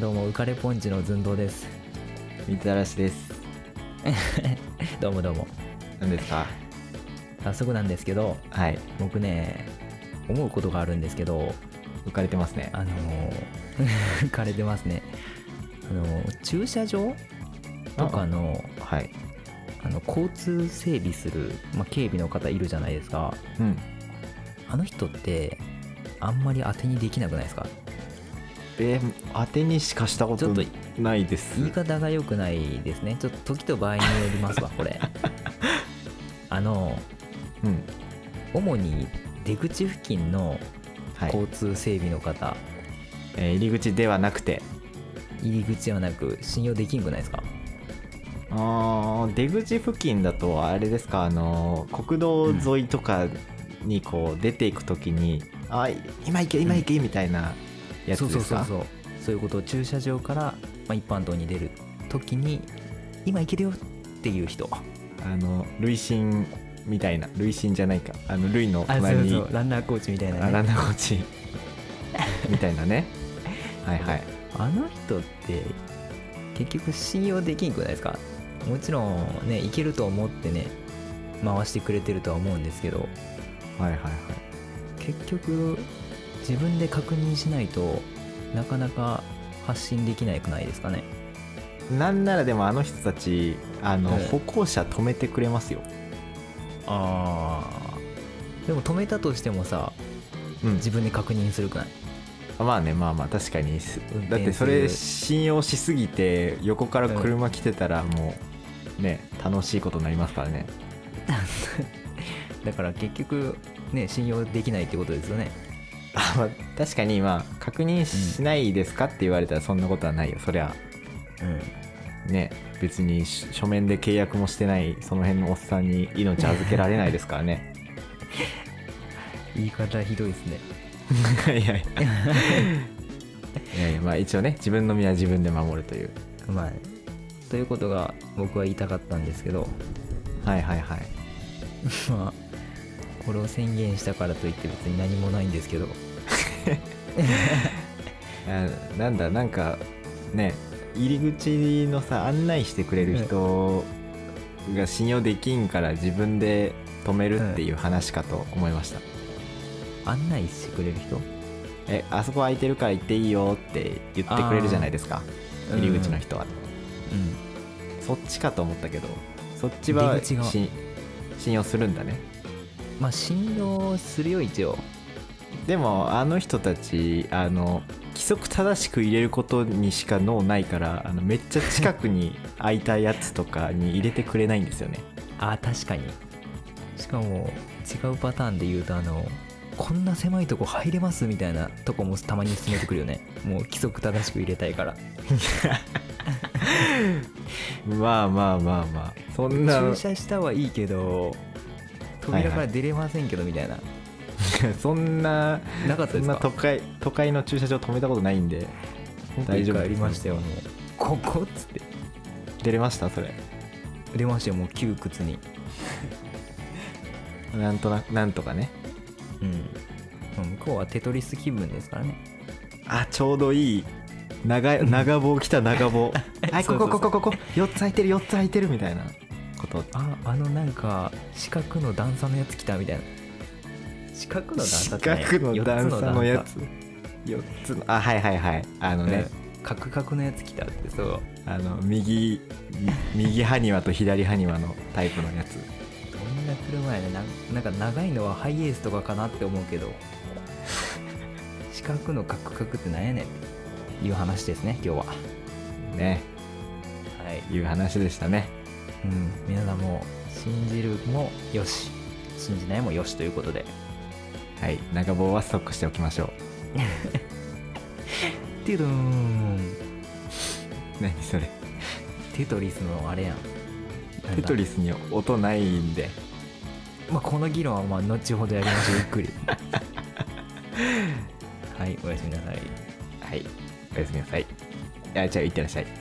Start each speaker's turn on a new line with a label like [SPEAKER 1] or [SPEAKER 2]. [SPEAKER 1] どうも浮かれポンチの寸胴です
[SPEAKER 2] みたらしです。
[SPEAKER 1] どうもどうも
[SPEAKER 2] 何ですか
[SPEAKER 1] 早速なんですけど
[SPEAKER 2] はい。
[SPEAKER 1] 僕ね思うことがあるんですけど
[SPEAKER 2] 浮かれてますね。
[SPEAKER 1] あのー 浮かれてますねあのー駐車場とかの
[SPEAKER 2] はい。
[SPEAKER 1] あの交通整備する、まあ、警備の方いるじゃないですか
[SPEAKER 2] うん。
[SPEAKER 1] あの人ってあんまり当てにできなくないですか
[SPEAKER 2] えー当てにしかしたこ
[SPEAKER 1] ち
[SPEAKER 2] と
[SPEAKER 1] ょっと
[SPEAKER 2] ないです。
[SPEAKER 1] 言い方が良くないですねちょっと時と場合によりますわこれあの
[SPEAKER 2] うん。
[SPEAKER 1] 主に出口付近の
[SPEAKER 2] はい。
[SPEAKER 1] 交通整備の方、
[SPEAKER 2] えー入り口ではなくて、
[SPEAKER 1] 入り口ではなく信用できんくないですか
[SPEAKER 2] あー出口付近だとあれですか、あのー国道沿いとかにこう出ていくときに、あい今行け今行けみたいなやつ
[SPEAKER 1] そう
[SPEAKER 2] ですか。
[SPEAKER 1] そうそうそうそういうことを駐車場から、まあ、一般道に出る時に今行けるよっていう人
[SPEAKER 2] あの累進みたいな累進じゃないか、あの類の
[SPEAKER 1] あそ
[SPEAKER 2] 隣
[SPEAKER 1] う
[SPEAKER 2] に
[SPEAKER 1] そうランナーコーチみたいな、
[SPEAKER 2] あ
[SPEAKER 1] ね、
[SPEAKER 2] ランナーコーチみたいな ね。はいはい。
[SPEAKER 1] あの人って結局信用できんくないですかもちろんね行けると思ってね回してくれてるとは思うんですけど
[SPEAKER 2] はいはいはい。
[SPEAKER 1] 結局自分で確認しないとなかなか発信できないくないですかね
[SPEAKER 2] なんならでもあの人たちあの、
[SPEAKER 1] はい
[SPEAKER 2] 歩行者止めてくれますよ、
[SPEAKER 1] あーでも止めたとしてもさ
[SPEAKER 2] うん、
[SPEAKER 1] 自分で確認するくない
[SPEAKER 2] まあねまあまあ確かにす
[SPEAKER 1] 運転する
[SPEAKER 2] だってそれ信用しすぎて横から車来てたらもうね楽しいことになりますから ね
[SPEAKER 1] だから結局ね信用できないってことですよね
[SPEAKER 2] あまあ確かにまあ確認しないですかって言われたらそんなことはないよそりゃ
[SPEAKER 1] うん
[SPEAKER 2] ね別にし書面で契約もしてないその辺のおっさんに命預けられないですからね
[SPEAKER 1] 言い方ひどいですね
[SPEAKER 2] いやいや いやいやまあ一応ね自分の身は自分で守るという
[SPEAKER 1] まあということが僕は言いたかったんですけど
[SPEAKER 2] はいはいはい
[SPEAKER 1] まあこれを宣言したからといって別に何もないんですけど
[SPEAKER 2] あなんだなんかね入り口のさ案内してくれる人が信用できんから自分で止めるっていう話かと思いました、
[SPEAKER 1] 案内してくれる人
[SPEAKER 2] えあそこ空いてるから行っていいよって言ってくれるじゃないですか
[SPEAKER 1] あー
[SPEAKER 2] 入り口の人は、
[SPEAKER 1] うん
[SPEAKER 2] そっちかと思ったけどそっちは
[SPEAKER 1] 出口側
[SPEAKER 2] し信用するんだね
[SPEAKER 1] まあ信用するよ一応
[SPEAKER 2] でもあの人たちあの規則正しく入れることにしか脳ないからあのめっちゃ近く に空いたやつとかに入れてくれないんですよね
[SPEAKER 1] あー確かにしかも違うパターンで言うとあのこんな狭いとこ入れますみたいなとこもたまに進めてくるよねもう規則正しく入れたいから
[SPEAKER 2] まあまあまあまあそんな
[SPEAKER 1] 駐車したはいいけど扉から出れませんけどみたいな、
[SPEAKER 2] そんな
[SPEAKER 1] なかった
[SPEAKER 2] そ
[SPEAKER 1] で
[SPEAKER 2] ん
[SPEAKER 1] す
[SPEAKER 2] な
[SPEAKER 1] か
[SPEAKER 2] 都会都会の駐車場止めたことないんで大丈夫
[SPEAKER 1] 一回ありましたよもうここっつって
[SPEAKER 2] 出れましたそれ
[SPEAKER 1] 出ましたよもう窮屈に
[SPEAKER 2] なんとなくなんとかね
[SPEAKER 1] うんまあ向こうはテトリス気分ですからね
[SPEAKER 2] あちょうどいい長い長棒来た長 棒はい
[SPEAKER 1] そ
[SPEAKER 2] こ
[SPEAKER 1] うそ
[SPEAKER 2] こ
[SPEAKER 1] うそう
[SPEAKER 2] こここ こ4つ空いてる4つ空いてるみたいなこと
[SPEAKER 1] ああのなんか四角の段差のやつ来たみたいな四角の段差
[SPEAKER 2] 四
[SPEAKER 1] ってない
[SPEAKER 2] 角の段
[SPEAKER 1] 四つ
[SPEAKER 2] 差のやつ4つのあはいはいはいあのね、
[SPEAKER 1] カクカクのやつ来たってそう
[SPEAKER 2] あの右右ハニワと左ハニワのタイプのやつ
[SPEAKER 1] どんな車やねななんか長いのはハイエースとかかなって思うけど四角のカクカクってなんやねんっていう話ですね今日は
[SPEAKER 2] ね
[SPEAKER 1] はい、
[SPEAKER 2] いう話でしたね
[SPEAKER 1] うん、皆さんも信じるもよし信じないもよしということで
[SPEAKER 2] はい、長棒はストックしておきましょ
[SPEAKER 1] テドーン
[SPEAKER 2] う。何それ。
[SPEAKER 1] テトリスのあれやんなんだ
[SPEAKER 2] テトリスに音ないんで。
[SPEAKER 1] まあ、この議論はまあ後ほどやりましょうゆっくりはいおやすみなさい
[SPEAKER 2] はい、おやすみなさい。あ、じゃあ、いってらっしゃい。